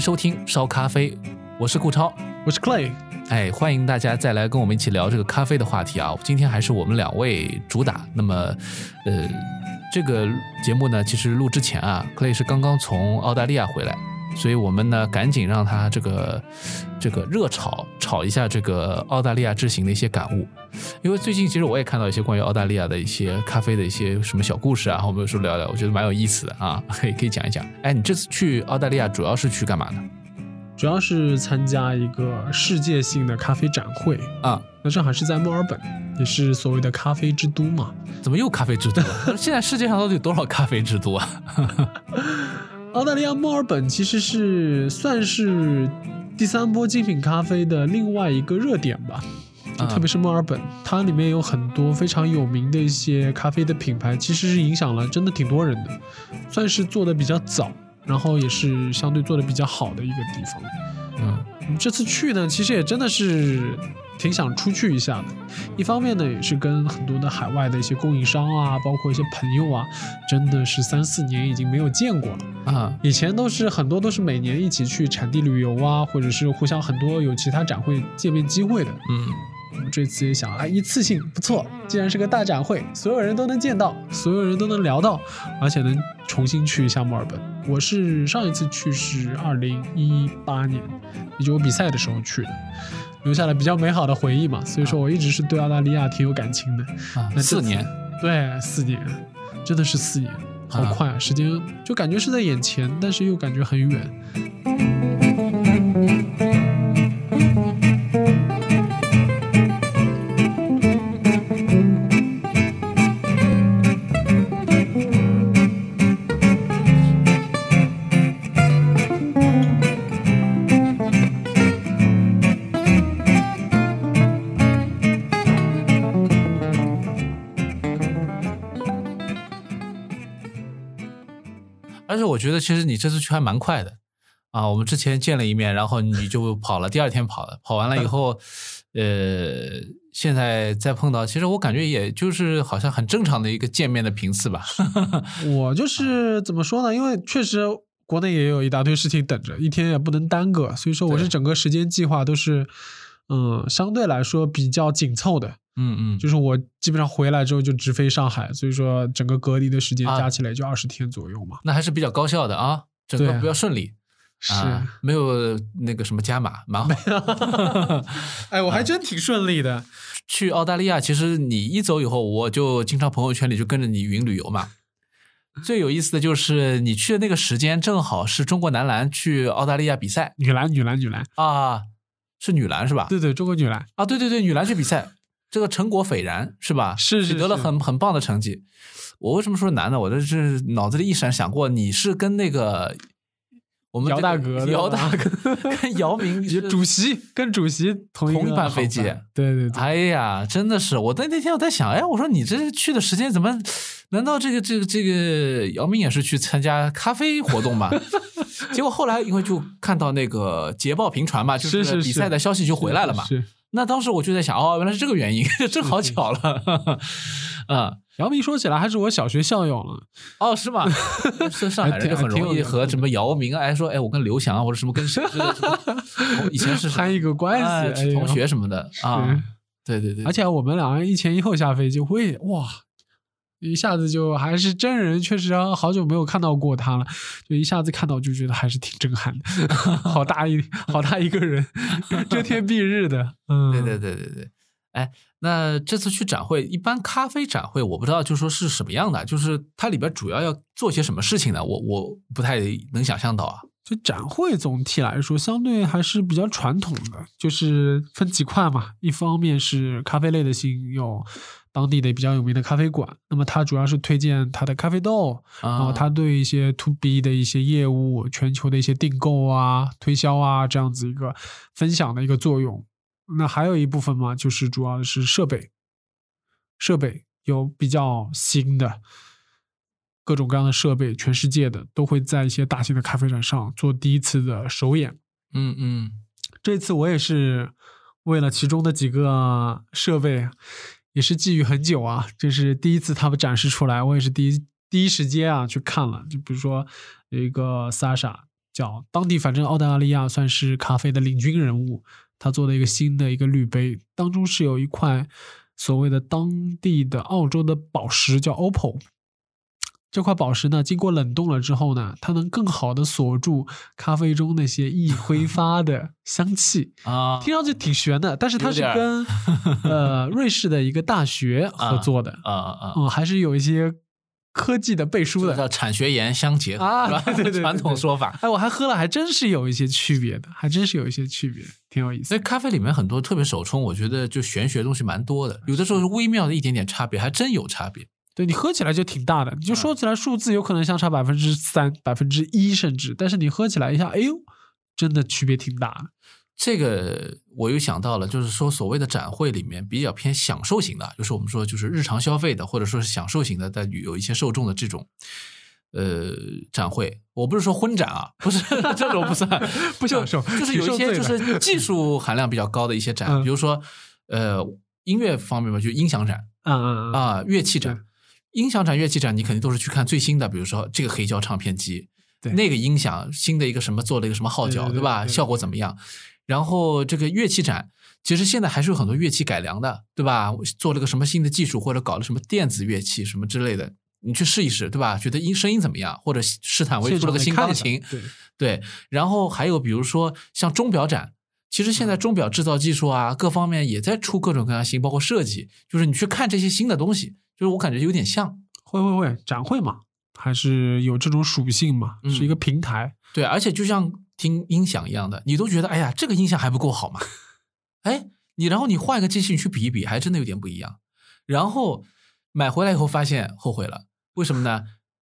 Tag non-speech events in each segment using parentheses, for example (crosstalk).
收听烧咖啡，我是顾超。我是 Clay，哎，欢迎大家再来跟我们一起聊这个咖啡的话题啊！今天还是我们两位主打。那么，呃，这个节目呢，其实录之前啊，Clay 是刚刚从澳大利亚回来，所以我们呢赶紧让他这个这个热炒炒一下这个澳大利亚之行的一些感悟。因为最近其实我也看到一些关于澳大利亚的一些咖啡的一些什么小故事啊，我们有时候聊聊，我觉得蛮有意思的啊， (laughs) 可以可以讲一讲。哎，你这次去澳大利亚主要是去干嘛呢？主要是参加一个世界性的咖啡展会。啊、那上海是在墨尔本，也是所谓的咖啡之都嘛。怎么又咖啡之都了？现在世界上到底有多少咖啡之都啊？澳大利亚墨尔本其实是算是第三波精品咖啡的另外一个热点吧， (laughs) 就嗯特别是墨尔本，它里面有很多非常有名的一些咖啡的品牌，其实是影响了真的挺多人的，算是做的比较早，然后也是相对做的比较好的一个地方。嗯这次去呢，其实也真的是挺想出去一下的。一方面呢，也是跟很多的海外的一些供应商啊，包括一些朋友啊，真的是三四年已经没有见过了。啊以前都是很多都是每年一起去产地旅游啊，或者是互相很多有其他展会见面机会的。嗯我们这次也想啊，一次性不错，既然是个大展会，所有人都能见到，所有人都能聊到，而且能重新去一下墨尔本。我是上一次去是二零一八年，也就我比赛的时候去的，留下了比较美好的回忆嘛。所以说我一直是对澳大利亚挺有感情的。啊，那这四次年对，四年，真的是四年，好啊快啊！时间就感觉是在眼前，但是又感觉很远。而且我觉得其实你这次去还蛮快的啊。我们之前见了一面，然后你就跑了，第二天跑了，跑完 (laughs) 了以后，呃，现在再碰到，其实我感觉也就是好像很正常的一个见面的频次 (laughs) 吧。我就是怎么说呢？因为确实国内也有一大堆事情等着，一天也不能耽搁，所以说我对是整个时间计划都是，嗯，相对来说比较紧凑的。嗯就是我基本上回来之后就直飞上海，所以说整个隔离的时间啊加起来就二十天左右嘛。那还是比较高效的啊，整个对比较顺利。是，啊，没有那个什么加码， (laughs) 蛮好。 (laughs) 哎，我还真挺顺利的。去澳大利亚，其实你一走以后，我就经常朋友圈里就跟着你云旅游嘛。最有意思的就是你去的那个时间，正好是中国男篮去澳大利亚比赛 (laughs) 女篮，女篮，女篮，啊，是女篮是吧？对对，中国女篮。啊，对对对，女篮去比赛，这个成果斐然是吧？是是取得了是很很棒的成绩。我为什么说男的？我这是脑子里一闪闪过，你是跟那个我们姚这个 (laughs) 大哥对姚吧大哥 (laughs) 跟姚明是主席跟主席同一同一个班航飞机对对对，哎呀，真的是！我在那天我在想，哎，我说你这去的时间怎么？难道这个这个这个姚明也是去参加咖啡活动吗？ (laughs) 结果后来因为就看到那个捷报频传嘛，就是是比赛的消息就回来了嘛。是是那当时我就在想，哦，原来是这个原因， (laughs) 这正好巧了。 (laughs) 啊、姚明说起来还是我小学校友了，哦，是吗？是上海人就很容易和什么姚明啊，哎说，哎，我跟刘翔啊，或者什么跟谁之类的什么， (laughs) 我以前是什么攀一个关哎系，哎呦嗯同学什么的啊是。对对对，而且我们两个人一前一后下飞机，我也哇，一下子就还是真人，确实啊好久没有看到过他了，就一下子看到就觉得还是挺震撼的， (laughs) 好大一好大一个人，遮天蔽日的，嗯，对对对对对，哎，那这次去展会，一般咖啡展会，我不知道就说是什么样的，就是它里边主要要做些什么事情呢？我我不太能想象到啊。就展会总体来说，相对还是比较传统的，就是分几块嘛。一方面是咖啡类的新有当地的比较有名的咖啡馆，那么它主要是推荐它的咖啡豆，啊，然后哦它对一些 to B 的一些业务、全球的一些订购啊、推销啊这样子一个分享的一个作用。那还有一部分嘛，就是主要的是设备，设备有比较新的各种各样的设备，全世界的都会在一些大型的咖啡展上做第一次的首演。嗯嗯这次我也是为了其中的几个设备，也是觊觎很久啊。这是第一次他们展示出来，我也是第一第一时间啊去看了。就比如说有一个 Sasha，叫当地反正澳大利亚算是咖啡的领军人物，他做的一个新的一个滤杯，当中是有一块所谓的当地的澳洲的宝石叫 opal。这块宝石呢，经过冷冻了之后呢，它能更好的锁住咖啡中那些易挥发的香气，啊，听上去挺悬的。但是它是有点儿跟呃瑞士的一个大学合作的，啊啊啊，嗯，还是有一些科技的背书这的个。叫产学研相结合，啊是吧 (laughs) 对对对对 (laughs) 传统说法。哎，我还喝了，还真是有一些区别的，还真是有一些区别，挺有意思所以咖啡里面很多特别手冲，我觉得就玄学的东西蛮多的，有的时候是微妙的一点点差别，还真有差别。对你喝起来就挺大的，啊你就说起来数字有可能相差百分之三、百分之一甚至，但是你喝起来一下，哎呦，真的区别挺大的。这个我又想到了，就是说所谓的展会里面比较偏享受型的，就是我们说就是日常消费的，或者说是享受型的，在有一些受众的这种呃展会，我不是说婚展啊，不是 (laughs) 这种不算 (laughs) 不享受就就是挺有一受些罪就的是技术含量比较高的一些展，嗯比如说呃音乐方面嘛，就音响展，嗯嗯嗯啊、乐器对展、音响展、乐器展，你肯定都是去看最新的，比如说这个黑胶唱片机，对那个音响新的一个什么做了一个什么号角，对对对吧？对对效果怎么样？然后这个乐器展，其实现在还是有很多乐器改良的，对吧？做了个什么新的技术，或者搞了什么电子乐器什么之类的，你去试一试，对吧？觉得音声音怎么样？或者试探为嗯现出了个场得新看钢一下琴，对，对，然后还有比如说像钟表展，其实现嗯在钟表制造技术啊，各方面也在出各种各样新，包括设计，就是你去看这些新的东西，就是我感觉有点像，会会会，展会嘛，还是有这种属性嘛，嗯是一个平台。对，而且就像听音响一样的，你都觉得哎呀，这个音响还不够好嘛，哎，你然后你换一个机器你去比一比，还真的有点不一样，然后买回来以后发现后悔了，为什么呢？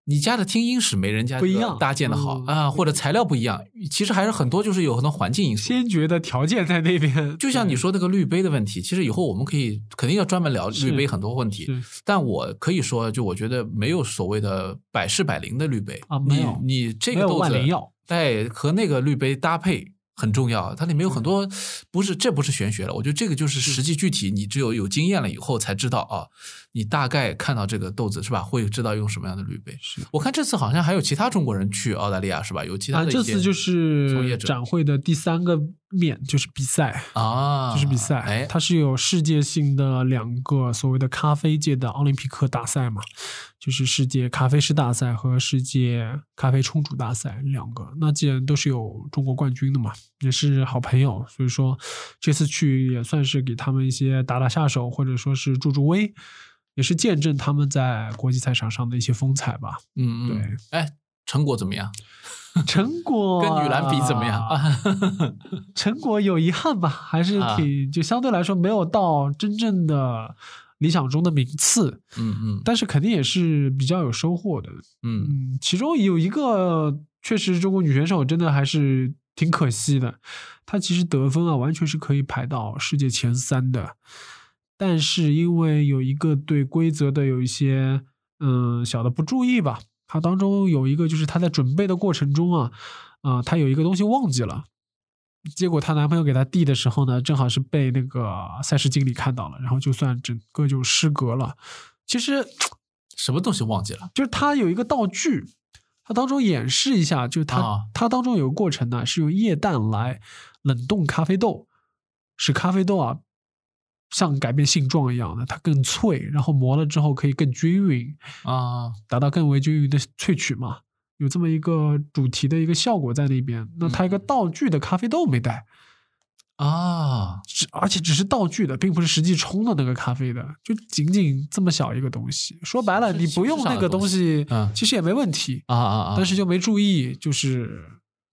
你家的听音室没人家不一这个样搭建的好嗯啊，或者材料不一样，其实还是很多就是有很多环境因素。先决的条件在那边，就像你说那个滤杯的问题，其实以后我们可以肯定要专门聊是滤杯很多问对题。是但我可以说，就我觉得没有所谓的百试百灵的滤杯啊没你有你这没个有豆万灵子药，哎和那个滤杯搭配很重要，它里面有嗯很多不是这不是玄学了，我觉得这个就是实际具体，你只有有经验了以后才知道啊，你大概看到这个豆子是吧，会知道用什么样的滤杯。是我看这次好像还有其他中国人去澳大利亚是吧？有其他啊，的一这些次就从业是者展会的第三个面，就是比赛，啊，就是比赛，哎，它是有世界性的两个所谓的咖啡界的奥林匹克大赛嘛，就是世界咖啡师大赛和世界咖啡冲煮大赛两个。那既然都是有中国冠军的嘛，也是好朋友，所以说这次去也算是给他们一些打打下手，或者说是助助威，也是见证他们在国际赛场上的一些风采吧。嗯对嗯，哎，成果怎么样？成果跟女篮比怎么 (laughs) 样？ (laughs) 啊？成果有遗憾吧，还是啊挺就相对来说没有到真正的理想中的名次，嗯嗯但是肯定也是比较有收获的。嗯嗯，其中有一个确实中国女选手真的还是挺可惜的，她其实得分啊完全是可以排到世界前三的，但是因为有一个对规则的有一些嗯小的不注意吧，她当中有一个就是她在准备的过程中啊，啊、她有一个东西忘记了。结果她男朋友给她递的时候呢，正好是被那个赛事经理看到了，然后就算整个就失格了。其实什么东西忘记了？就是它有一个道具，它当中演示一下，就是它、啊它当中有个过程呢，是用液氮来冷冻咖啡豆，使咖啡豆啊像改变性状一样的，它更脆，然后磨了之后可以更均匀，啊，达到更为均匀的萃取嘛。有这么一个主题的一个效果在那边，那它一嗯个道具的咖啡豆没带，啊，只而且只是道具的，并不是实际冲的那个咖啡的，就仅仅这么小一个东西。说白了，是你不用那个东西形式上的东西嗯，其实也没问题。啊啊啊！但是就没注意，就是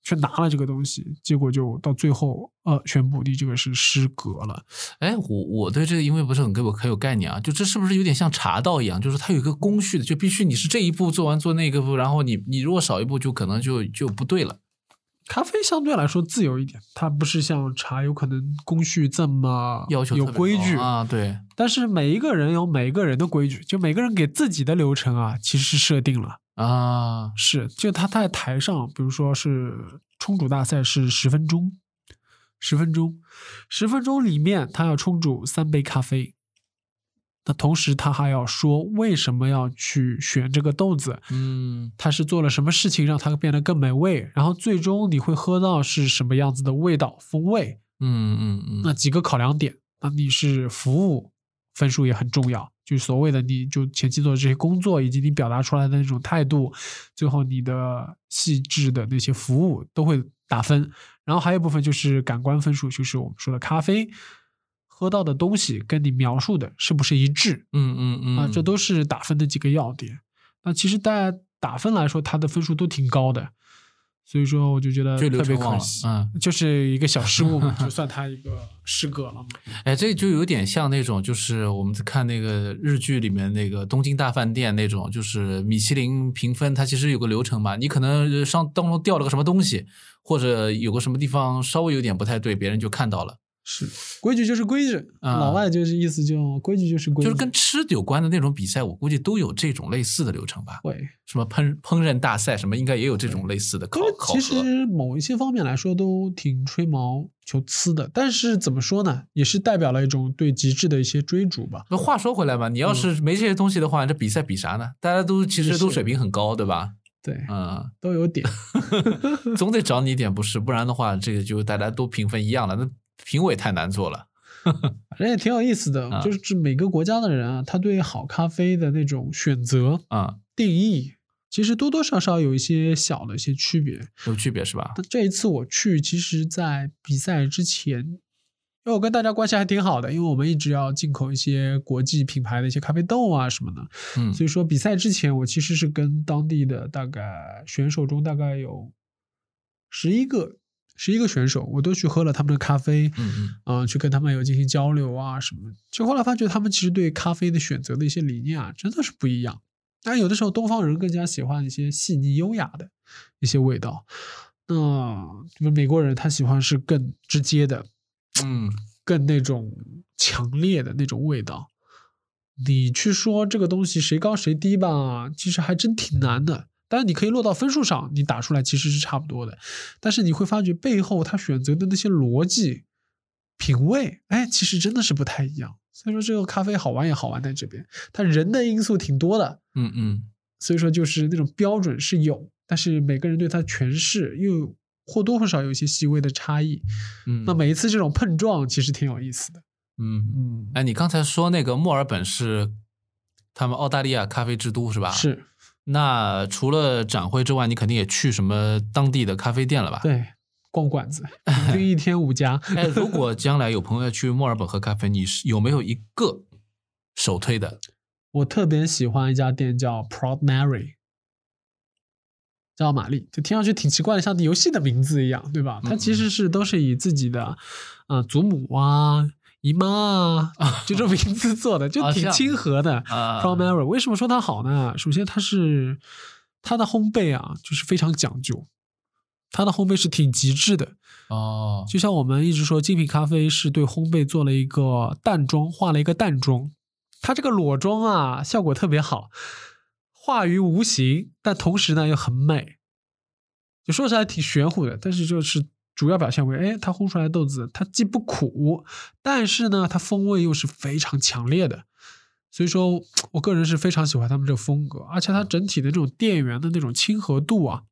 去拿了这个东西，结果就到最后呃宣布你这个是失格了。哎，我我对这个因为不是很给我很有概念啊，就这是不是有点像茶道一样？就是它有一个工序的，就必须你是这一步做完做那个步，然后你你如果少一步，就可能就就不对了。咖啡相对来说自由一点，它不是像茶有可能工序这么要求有特别规高矩，啊，对，但是每一个人有每一个人的规矩，就每个人给自己的流程啊，其实是设定了。啊是，就他在台上，比如说是冲煮大赛是十分钟，十分钟，十分钟里面他要冲煮三杯咖啡，那同时他还要说为什么要去选这个豆子，嗯它是做了什么事情让它变得更美味，然后最终你会喝到是什么样子的味道风味，嗯嗯那嗯，几个考量点，那你是服务分数也很重要，就所谓的你就前期做的这些工作，以及你表达出来的那种态度，最后你的细致的那些服务都会打分。然后还有一部分就是感官分数，就是我们说的咖啡喝到的东西跟你描述的是不是一致嗯嗯嗯啊，这都是打分的几个要点。那其实大家打分来说，它的分数都挺高的，所以说我就觉得就流特别程忘可了惜。嗯。就是一个小失误嘛，就算他一个失格了嘛。哎，这就有点像那种，就是我们看那个日剧里面那个《东京大饭店》那种，就是米其林评分，它其实有个流程嘛。你可能上当中掉了个什么东西，或者有个什么地方稍微有点不太对，别人就看到了， (laughs) 是规矩就是规矩，啊老外就是意思就规矩就是规就矩，是跟吃有关的那种比赛，我估计都有这种类似的流程吧。会。什么烹烹饪大赛，什么应该也有这种类似的考因为考其核。实某一些方面来说都挺吹毛求疵的，但是怎么说呢，也是代表了一种对极致的一些追逐吧。那话说回来嘛，你要是没这些东西的话，这比赛比啥呢？大家都其实嗯是都水平很高，对吧？对，嗯，都有 (laughs) 点 (laughs) 总得找你一点不是，不然的话，这个就大家都评分一样了，那评委太难做了。反正也挺有意思的，啊就是每个国家的人啊，他对好咖啡的那种选择啊、定义，其实多多少少有一些小的一些区别。有区别是吧？那这一次我去，其实，在比赛之前，因为我跟大家关系还挺好的，因为我们一直要进口一些国际品牌的一些咖啡豆啊什么的，嗯所以说比赛之前，我其实是跟当地的大概选手中大概有十一个十一个选手，我都去喝了他们的咖啡，嗯嗯嗯、去跟他们有进行交流啊什么的。就后来发觉，他们其实对咖啡的选择的一些理念啊，真的是不一样。但有的时候，东方人更加喜欢一些细腻优雅的一些味道，那、就是美国人他喜欢是更直接的，嗯，更那种强烈的那种味道。你去说这个东西谁高谁低吧，其实还真挺难的。但是你可以落到分数上，你打出来其实是差不多的。但是你会发觉背后他选择的那些逻辑、品味，哎，其实真的是不太一样。所以说这个咖啡好玩也好玩在这边，它人的因素挺多的，嗯嗯所以说就是那种标准是有，但是每个人对它诠释又或多或少有一些细微的差异。嗯。那每一次这种碰撞其实挺有意思的。嗯，嗯，哎，你刚才说那个墨尔本是他们澳大利亚咖啡之都是吧？。是那除了展会之外，你肯定也去什么当地的咖啡店了吧？。对，逛馆子，平均一天五家。哎，如果将来有朋友去墨尔本喝咖啡，你是有没有一个首推的？我特别喜欢一家店叫 Proud Mary，叫玛丽，就听上去挺奇怪的，像游戏的名字一样，对吧？它其实是都是以自己的啊、呃祖母啊、姨妈啊这种名字做的，就啊这挺样亲和的。啊 Proud Mary 为什么说它好呢？首先它是它的烘焙啊，就是非常讲究，它的烘焙是挺极致的。哦，就像我们一直说，精品咖啡是对烘焙做了一个淡妆，画了一个淡妆。它这个裸妆啊，效果特别好，化于无形，但同时呢又很美。就说起来挺玄乎的，但是就是主要表现为，哎，它烘出来的豆子，它既不苦，但是呢，它风味又是非常强烈的。所以说我个人是非常喜欢他们这个风格，而且它整体的这种店员的那种亲和度啊，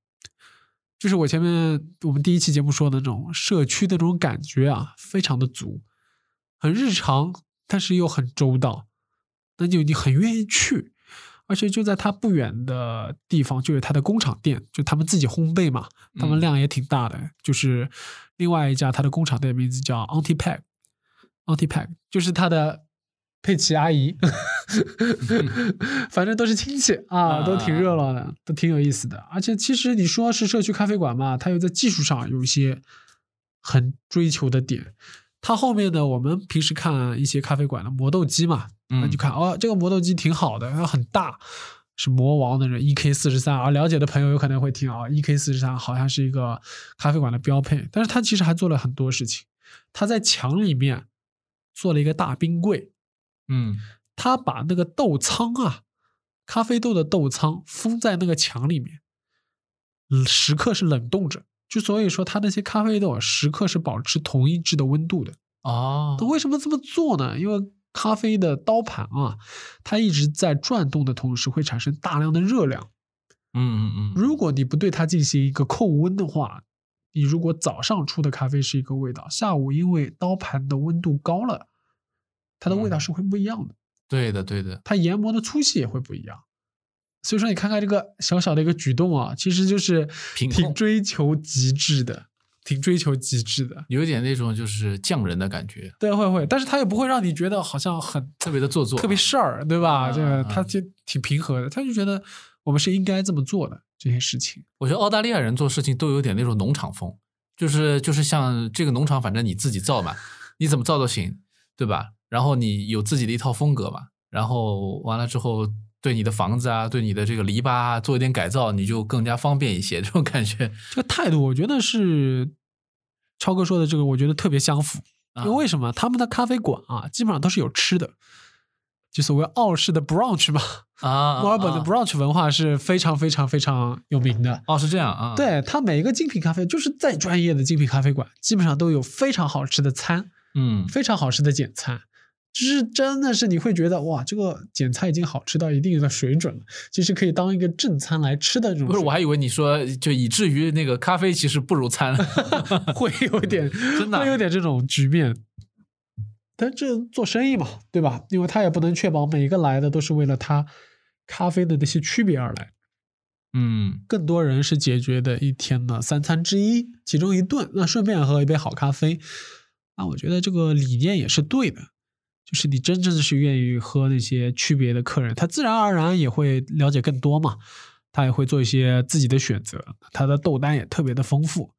就是我前面我们第一期节目说的那种社区的那种感觉啊，非常的足，很日常，但是又很周到，那就你很愿意去。而且就在它不远的地方，就有它的工厂店，就他们自己烘焙嘛，他们嗯量也挺大的。就是另外一家它的工厂店名字叫 Auntie Pack，Auntie Pack 就是它的佩奇阿姨，反正都是亲戚啊，都挺热闹的，都挺有意思的。而且其实你说是社区咖啡馆嘛，它又在技术上有一些很追求的点。它后面的我们平时看一些咖啡馆的磨豆机嘛，那嗯就看哦，这个磨豆机挺好的，它很大，是魔王的人 EK 四十三啊。了解的朋友有可能会听啊，EK 四十三好像是一个咖啡馆的标配，但是它其实还做了很多事情。它在墙里面做了一个大冰柜，嗯他把那个豆仓啊，咖啡豆的豆仓封在那个墙里面，嗯时刻是冷冻着。就所以说，它那些咖啡豆啊时刻是保持同一致的温度的。哦那为什么这么做呢？因为咖啡的刀盘啊，它一直在转动的同时会产生大量的热量。嗯嗯嗯，如果你不对它进行一个控温的话，你如果早上出的咖啡是一个味道，下午因为刀盘的温度高了，它的味道嗯是会不一样的，对的对的，它研磨的粗细也会不一样。所以说，你看看这个小小的一个举动啊，其实就是品挺控追求极致的，挺追求极致的。有点那种就是匠人的感觉，对，会会，但是它也不会让你觉得好像很特别的做作，特别事儿，对吧？啊这个啊他就挺平和的，他就觉得我们是应该这么做的这些事情。我觉得澳大利亚人做事情都有点那种农场风，就是就是像这个农场，反正你自己造嘛，你怎么造都行，对吧？然后你有自己的一套风格嘛，然后完了之后，对你的房子啊，对你的这个篱笆啊，做一点改造，你就更加方便一些，这种感觉。这个态度，我觉得是超哥说的这个，我觉得特别相符。啊因为为什么他们的咖啡馆啊，基本上都是有吃的，就所谓澳式的 brunch 嘛，啊，墨尔本的啊 brunch 文化是非常非常非常有名的。哦是这样啊，对它每一个精品咖啡，就是再专业的精品咖啡馆，基本上都有非常好吃的餐，嗯，非常好吃的简餐，就是真的是你会觉得哇，这个简餐已经好吃到一定的水准了，就是可以当一个正餐来吃的这种水不是，准。我还以为你说就以至于那个咖啡其实不如餐， (laughs) 会有 (laughs) 点，真的啊会有点这种局面。但这做生意嘛，对吧？因为他也不能确保每一个来的都是为了他咖啡的那些区别而来。嗯更多人是解决的一天的三餐之一，其中一顿，那顺便喝一杯好咖啡。啊，我觉得这个理念也是对的，就是你真正是愿意喝那些区别的客人，他自然而然也会了解更多嘛，他也会做一些自己的选择，他的豆单也特别的丰富。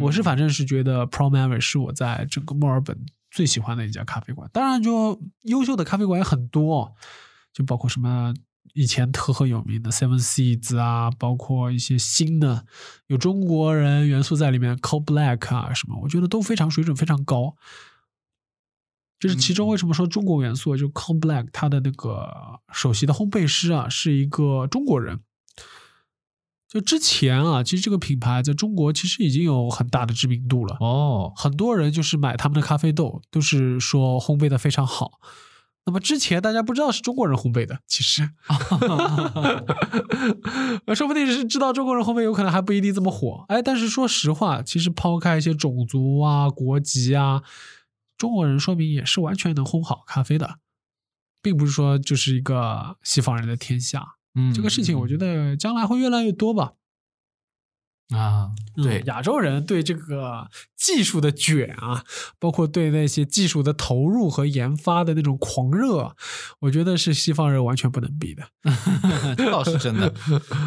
我是嗯反正是觉得 Pro Mary 是我在整个墨尔本最喜欢的一家咖啡馆，当然就优秀的咖啡馆也很多哦，就包括什么以前特赫有名的 Seven Seeds 啊，包括一些新的有中国人元素在里面，Cold Black 啊什么，我觉得都非常水准非常高。这是其中嗯为什么说中国元素，啊就 Cold Black 他的那个首席的烘焙师啊是一个中国人。就之前啊，其实这个品牌在中国其实已经有很大的知名度了。 (laughs) 哦很多人就是买他们的咖啡豆，都是说烘焙的非常好。那么之前大家不知道是中国人烘焙的，其实， (laughs) 呃说不定是知道中国人烘焙，有可能还不一定这么火。哎，但是说实话，其实抛开一些种族啊、国籍啊，中国人说明也是完全能烘好咖啡的，并不是说就是一个西方人的天下。嗯，这个事情，我觉得将来会越来越多吧。得啊对嗯亚洲人对这个技术的卷啊，包括对那些技术的投入和研发的那种狂热，我觉得是西方人完全不能比的。 (laughs) 这倒是真的。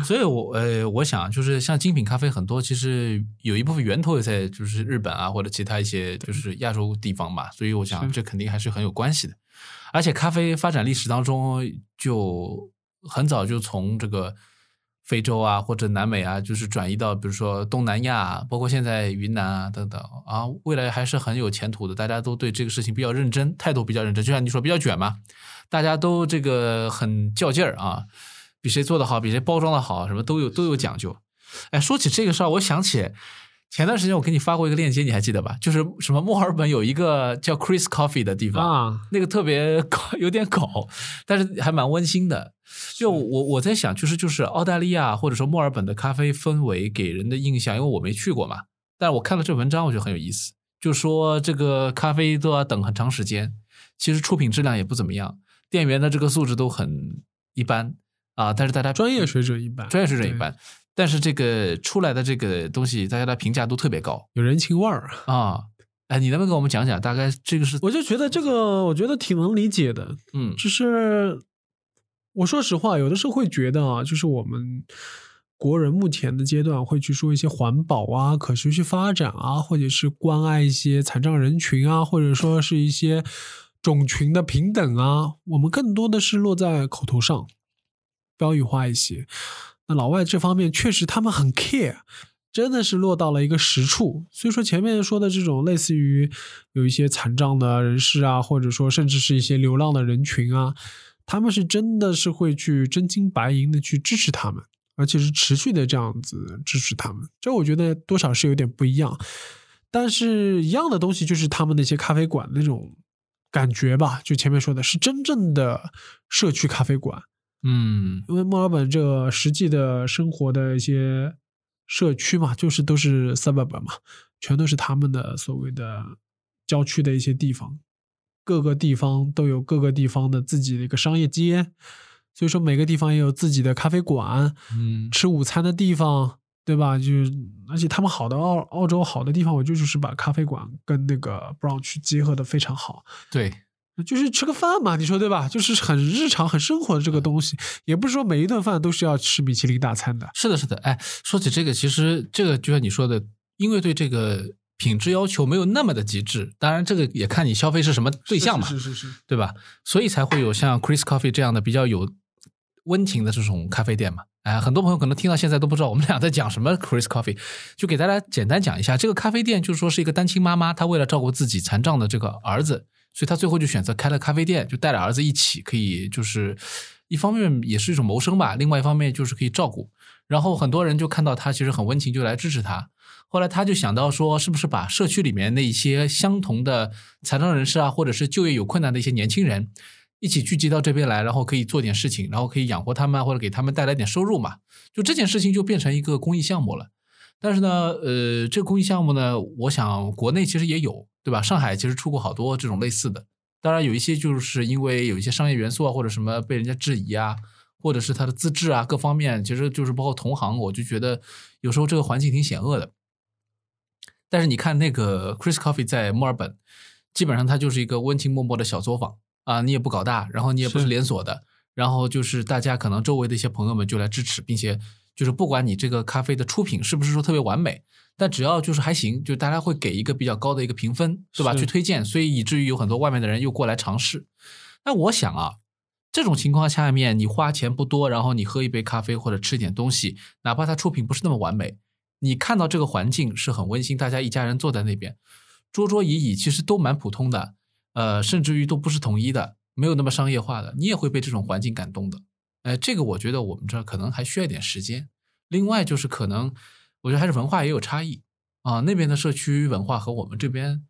所以我，呃，我想就是像精品咖啡，很多其实有一部分源头也在就是日本啊，或者其他一些就是亚洲地方嘛。所以，我想是这肯定还是很有关系的。而且，咖啡发展历史当中，就很早就从这个非洲啊或者南美啊，就是转移到比如说东南亚啊，包括现在云南啊等等啊，未来还是很有前途的。大家都对这个事情比较认真，态度比较认真，就像你说比较卷嘛，大家都这个很较劲儿啊，比谁做的好，比谁包装的好，什么都有都有讲究。哎，说起这个事儿，我想起前段时间我给你发过一个链接，你还记得吧？就是什么墨尔本有一个叫 Chris Coffee 的地方，啊，那个特别 (laughs) 搞，有点搞，但是还蛮温馨的。就我我在想，就是就是澳大利亚或者说墨尔本的咖啡氛围给人的印象，因为我没去过嘛，但我看了这文章，我觉得很有意思，就说这个咖啡都要等很长时间，其实出品质量也不怎么样，店员的这个素质都很一般啊，但是大家专业水准一般，专业水准一般，但是这个出来的这个东西，大家的评价都特别高对，有人情味儿。啊。哎，你能不能给我们讲讲，大概这个是我就觉得这个，我觉得挺能理解的。嗯就是我说实话，有的时候会觉得啊，就是我们国人目前的阶段会去说一些环保啊、可持续发展啊，或者是关爱一些残障人群啊，或者说是一些种群的平等啊，我们更多的是落在口头上，标语化一些。那老外这方面确实他们很 care，真的是落到了一个实处。所以说前面说的这种类似于有一些残障的人士啊，或者说甚至是一些流浪的人群啊，他们是真的是会去真金白银的去支持他们，而且是持续的这样子支持他们。这我觉得多少是有点不一样，但是一样的东西就是他们那些咖啡馆那种感觉吧，就前面说的是真正的社区咖啡馆，嗯因为墨尔本这个实际的生活的一些社区嘛，就是都是 suburb 嘛，全都是他们的所谓的郊区的一些地方，各个地方都有各个地方的自己的一个商业街，所以说每个地方也有自己的咖啡馆，嗯吃午餐的地方，对吧？就是而且他们好的澳澳洲好的地方，我就就是把咖啡馆跟那个 brunch 结合的非常好，对，就是吃个饭嘛，你说对吧？就是很日常、很生活的这个东西，也不是说每一顿饭都是要吃米其林大餐的。是的，是的。哎，说起这个，其实这个就像你说的，因为对这个品质要求没有那么的极致，当然这个也看你消费是什么对象嘛，是是是是，对吧？所以才会有像 Chris Coffee 这样的比较有温情的这种咖啡店嘛。哎，很多朋友可能听到现在都不知道我们俩在讲什么 Chris Coffee，就给大家简单讲一下，这个咖啡店就是说是一个单亲妈妈，她为了照顾自己残障的这个儿子，所以她最后就选择开了咖啡店，就带着儿子一起，可以就是一方面也是一种谋生吧，另外一方面就是可以照顾。然后很多人就看到她其实很温情，就来支持她。后来他就想到说，是不是把社区里面的一些相同的残障人士啊，或者是就业有困难的一些年轻人，一起聚集到这边来，然后可以做点事情，然后可以养活他们啊，或者给他们带来点收入嘛。就这件事情就变成一个公益项目了。但是呢，呃，这个公益项目呢，我想国内其实也有，对吧？上海其实出过好多这种类似的。当然有一些就是因为有一些商业元素啊，或者什么被人家质疑啊，或者是它的资质啊各方面，其实就是包括同行，我就觉得有时候这个环境挺险恶的。但是你看那个 Chris Coffee 在墨尔本，基本上它就是一个温情脉脉的小作坊啊，你也不搞大，然后你也不是是连锁的，然后就是大家可能周围的一些朋友们就来支持，并且就是不管你这个咖啡的出品是不是说特别完美，但只要就是还行，就大家会给一个比较高的一个评分，对吧？是去推荐，所以以至于有很多外面的人又过来尝试。那我想啊，这种情况下面，你花钱不多，然后你喝一杯咖啡或者吃一点东西，哪怕它出品不是那么完美，你看到这个环境是很温馨，大家一家人坐在那边，桌桌椅椅其实都蛮普通的，呃，甚至于都不是统一的，没有那么商业化的，你也会被这种环境感动的。呃，这个我觉得我们这儿可能还需要一点时间。另外就是可能，我觉得还是文化也有差异啊，那边的社区文化和我们这边，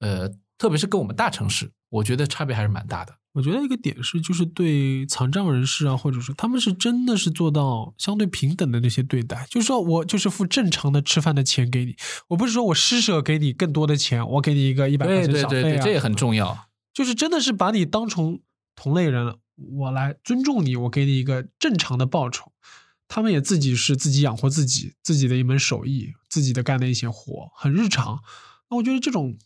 呃，特别是跟我们大城市，我觉得差别还是蛮大的。我觉得一个点是，就是对残障人士啊，或者说他们是真的是做到相对平等的那些对待，就是说我就是付正常的吃饭的钱给你，我不是说我施舍给你更多的钱，我给你一个一百块对钱对小费对啊，对，这也很重要。就是真的是把你当成同类人了，我来尊重你，我给你一个正常的报酬。他们也自己是自己养活自己，自己的一门手艺，自己的干的一些活，很日常。那我觉得这种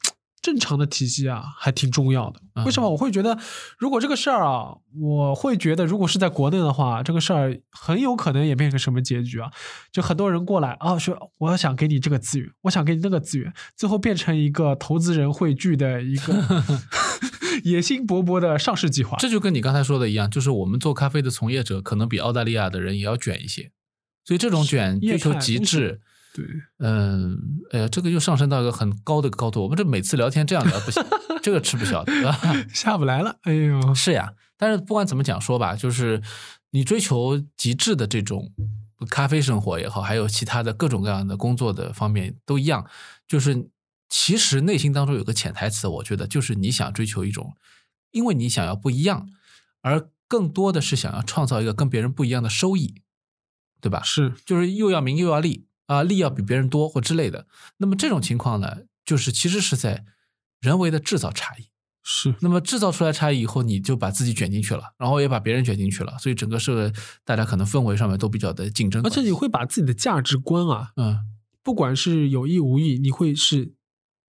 正常的体系啊，还挺重要的。为什么我会觉得，如果这个事儿啊，我会觉得，如果是在国内的话，这个事儿很有可能演变成什么结局啊？就很多人过来啊，说我想给你这个资源，我想给你那个资源，最后变成一个投资人汇聚的一 (laughs) 个野心勃勃的上市计划。这就跟你刚才说的一样，就是我们做咖啡的从业者，可能比澳大利亚的人也要卷一些，所以这种卷业追求态极为什致。对，嗯，哎呀，这个又上升到一个很高的高度。我们这每次聊天这样聊不行， (laughs) 这个吃不消的。对吧下不来了。哎呦，是呀，但是不管怎么讲说吧，就是你追求极致的这种咖啡生活也好，还有其他的各种各样的工作的方面都一样，就是其实内心当中有个潜台词，我觉得就是你想追求一种，因为你想要不一样，而更多的是想要创造一个跟别人不一样的收益，对吧？是就是又要名又要利啊、利要比别人多或之类的。那么这种情况呢，就是其实是在人为的制造差异。是，那么制造出来差异以后，你就把自己卷进去了，然后也把别人卷进去了，所以整个社会大家可能氛围上面都比较的竞争而关系。且你会把自己的价值观啊，嗯，不管是有意无意，你会是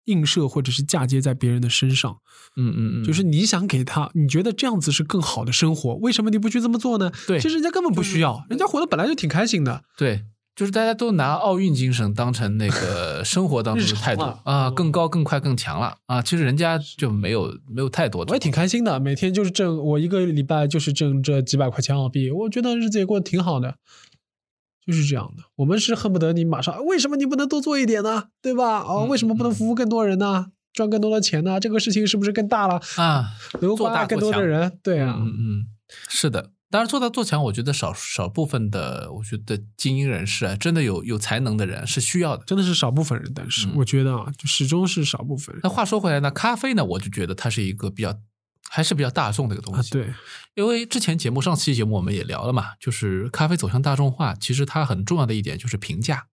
映射或者是嫁接在别人的身上。嗯嗯嗯，就是你想给他，你觉得这样子是更好的生活，为什么你不去这么做呢？对嗯其实人家根本不需要，人家活得本来就挺开心的。对，就是大家都拿奥运精神当成那个生活当中的态度日常了啊，更高、更快、更强了啊。其实人家就没有没有太多，我也挺开心的，每天就是挣我一个礼拜就是挣这几百块钱澳币，我觉得日子也过得挺好的，就是这样的。我们是恨不得你马上，为什么你不能多做一点呢？对吧？哦，嗯为什么不能服务更多人呢？赚更多的钱呢？这个事情是不是更大了？啊，能够做关大爱更做多强的嗯人，对啊，嗯嗯，是的。当然，做大做强，我觉得少少部分的，我觉得精英人士啊，真的有有才能的人是需要的。真的是少部分人，但是、嗯我觉得啊，就始终是少部分人那话说回来呢，咖啡呢，我就觉得它是一个比较还是比较大众的一个东啊。西。对，因为之前节目上期节目我们也聊了嘛，就是咖啡走向大众化，其实它很重要的一点就是平价，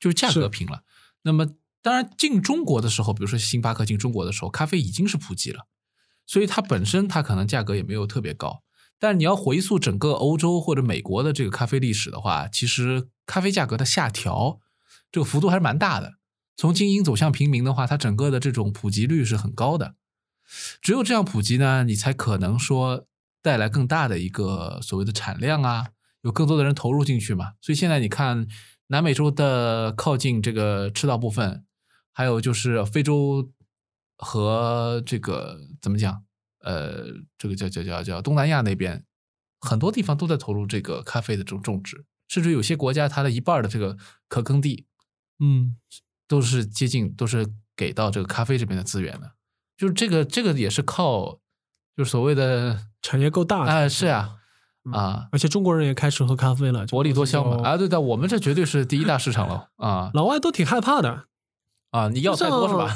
就是价格是平了。那么当然进中国的时候，比如说星巴克进中国的时候，咖啡已经是普及了，所以它本身它可能价格也没有特别高。但你要回溯整个欧洲或者美国的这个咖啡历史的话，其实咖啡价格的下调这个幅度还是蛮大的。从精英走向平民的话，它整个的这种普及率是很高的。只有这样普及呢，你才可能说带来更大的一个所谓的产量啊，有更多的人投入进去嘛。所以现在你看，南美洲的靠近这个赤道部分，还有就是非洲和这个怎么讲，呃，这个叫叫叫叫东南亚那边，很多地方都在投入这个咖啡的这种种植，甚至有些国家它的一半儿的这个可耕地嗯，都是接近都是给到这个咖啡这边的资源的，就是这个这个也是靠就是所谓的产业够大啊、是啊嗯啊而且中国人也开始喝咖啡了，薄利多销嘛就啊对的，我们这绝对是第一大市场 (laughs) 了啊老外都挺害怕的。啊！你要太多是吧？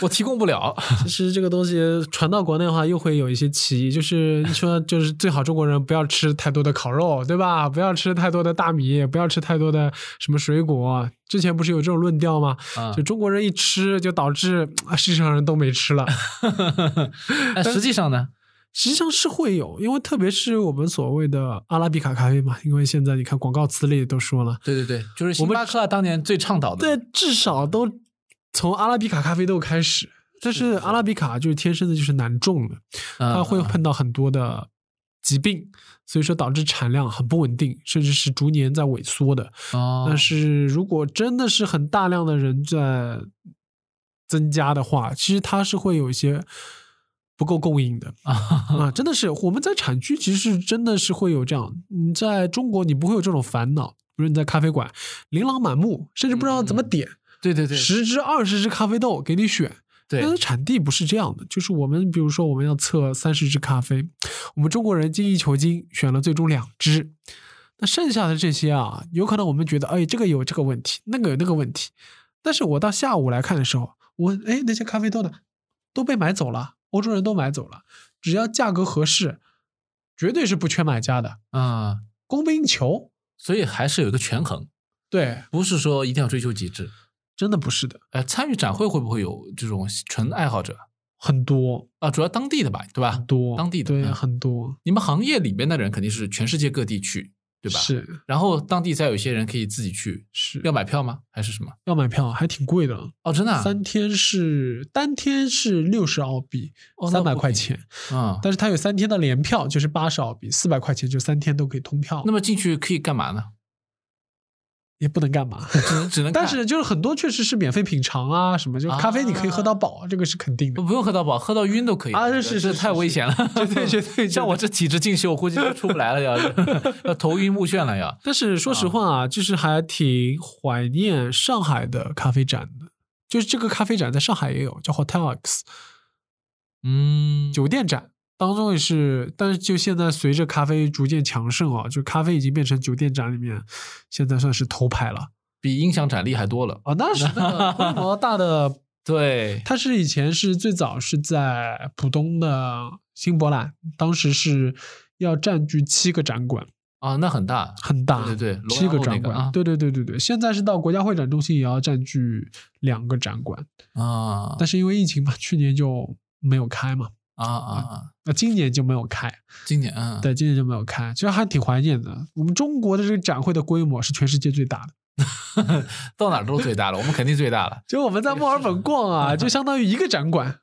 我提供不了， (laughs) 其实这个东西传到国内的话，又会有一些歧义，就是 (laughs) 一说就是最好中国人不要吃太多的烤肉，对吧？不要吃太多的大米，不要吃太多的什么水果。之前不是有这种论调吗？啊就中国人一吃，就导致啊世界上人都没吃了。但实际上呢，实际上是会有，因为特别是我们所谓的阿拉比卡咖啡嘛，因为现在你看广告词里都说了，对对对，就是星巴克当年最倡导的，对，至少都从阿拉比卡咖啡豆开始。但是是是阿拉比卡就是天生的就是难种的，嗯，它会呃嗯碰到很多的疾病，所以说导致产量很不稳定，甚至是逐年在萎缩的。哦，但是如果真的是很大量的人在增加的话，其实它是会有一些不够供应 (laughs) 的。啊啊，真的是我们在产区其实真的是会有这样，你在中国你不会有这种烦恼，比如你在咖啡馆琳琅满目，甚至不知道怎嗯么点，对对对十只二十只咖啡豆给你选。对但是产地不是这样的，就是我们比如说我们要测三十只咖啡，我们中国人精益求精，选了最终两只。那剩下的这些啊，有可能我们觉得，哎，这个有这个问题，那个有那个问题。但是我到下午来看的时候，我哎那些咖啡豆呢，都被买走了，欧洲人都买走了。只要价格合适，绝对是不缺买家的，啊，供不应求。所以还是有一个权衡，对，不是说一定要追求极致。真的不是的，呃，参与展会会不会有这种纯爱好者很多啊？主要当地的吧，对吧很？多，当地的对、嗯很多，你们行业里边的人肯定是全世界各地去，对吧？。是然后当地再有一些人可以自己去，是要买票吗？还是什么？要买票，还挺贵的。哦，真的、啊，三天是单天是六十澳币，哦那三不百便宜块钱。嗯。但是它有三天的联票，就是八十澳币，四百块钱就三天都可以通票。那么进去可以干嘛呢？也不能干嘛，只能只能看，但是就是很多确实是免费品尝啊，什么就啊咖啡你可以喝到饱，啊这个是肯定的。不用喝到饱，喝到晕都可以啊这是是这是太是危险了， (laughs) 绝对绝 (laughs) 对像我这体质进去，我估计就出不来了，要要头晕目眩了要。 (laughs) 但是说实话啊，就是还挺怀念上海的咖啡展的。就是这个咖啡展在上海也有，叫 Hotel X 嗯，酒店展，当中也是，但是就现在随着咖啡逐渐强盛啊，就咖啡已经变成酒店展里面现在算是头牌了。比音响展厉害多了。啊，那是那 (laughs) 个规模大的，对，它是以前是最早是在浦东的新博览，当时是要占据七个展馆，啊，那很大，很大，对对对七龙个阳路展那个馆，啊对对对对对。现在是到国家会展中心也要占据两个展馆，啊但是因为疫情嘛，去年就没有开嘛，啊啊！那今年就没有开，今年嗯，对，今年就没有开，其实还挺怀念的。我们中国的这个展会的规模是全世界最大的。到哪儿都是最大的，我们肯定最大了。就我们在墨尔本逛啊，就相当于一个展馆，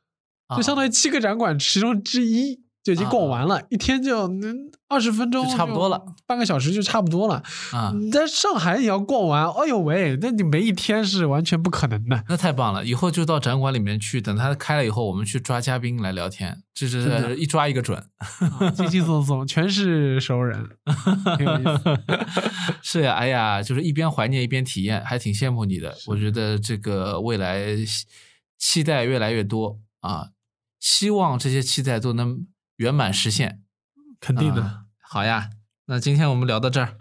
啊就相当于七个展馆其中之一就已经逛完了，一天就能二十分钟，就差不多了，半个小时就差不多了。啊，你在上海也要逛完，哎呦喂，那你没一天是完全不可能的。那太棒了！以后就到展馆里面去，等它开了以后，我们去抓嘉宾来聊天，这真的是一抓一个准。啊轻轻松松，全是熟人，挺有 (laughs) 意思。 (laughs) 是呀，哎呀，就是一边怀念一边体验，还挺羡慕你的。是我觉得这个未来希期待越来越多啊，希望这些期待都能圆满实现。肯定的，啊好呀，那今天我们聊到这儿，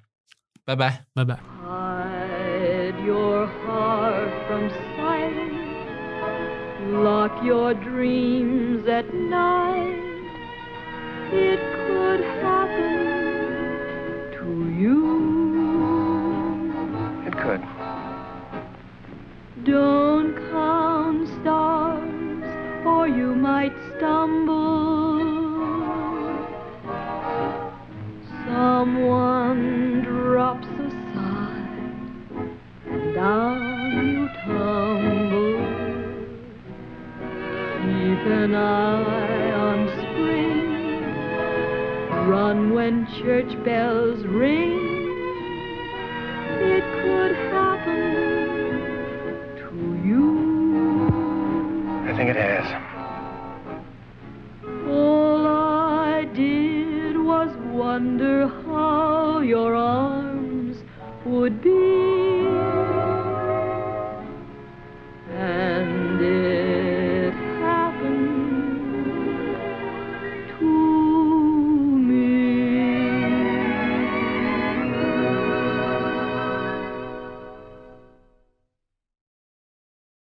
拜拜。拜拜。 Hide your heart from sight. Lock your dreams at night. It could happen to you. It could. Don't count stars, or you might stumble. Someone drops a sigh, and down you tumble. Keep an eye on spring. Run when church bells ring. It could happen to you. I think it has. All I did was wonder how your arms would be.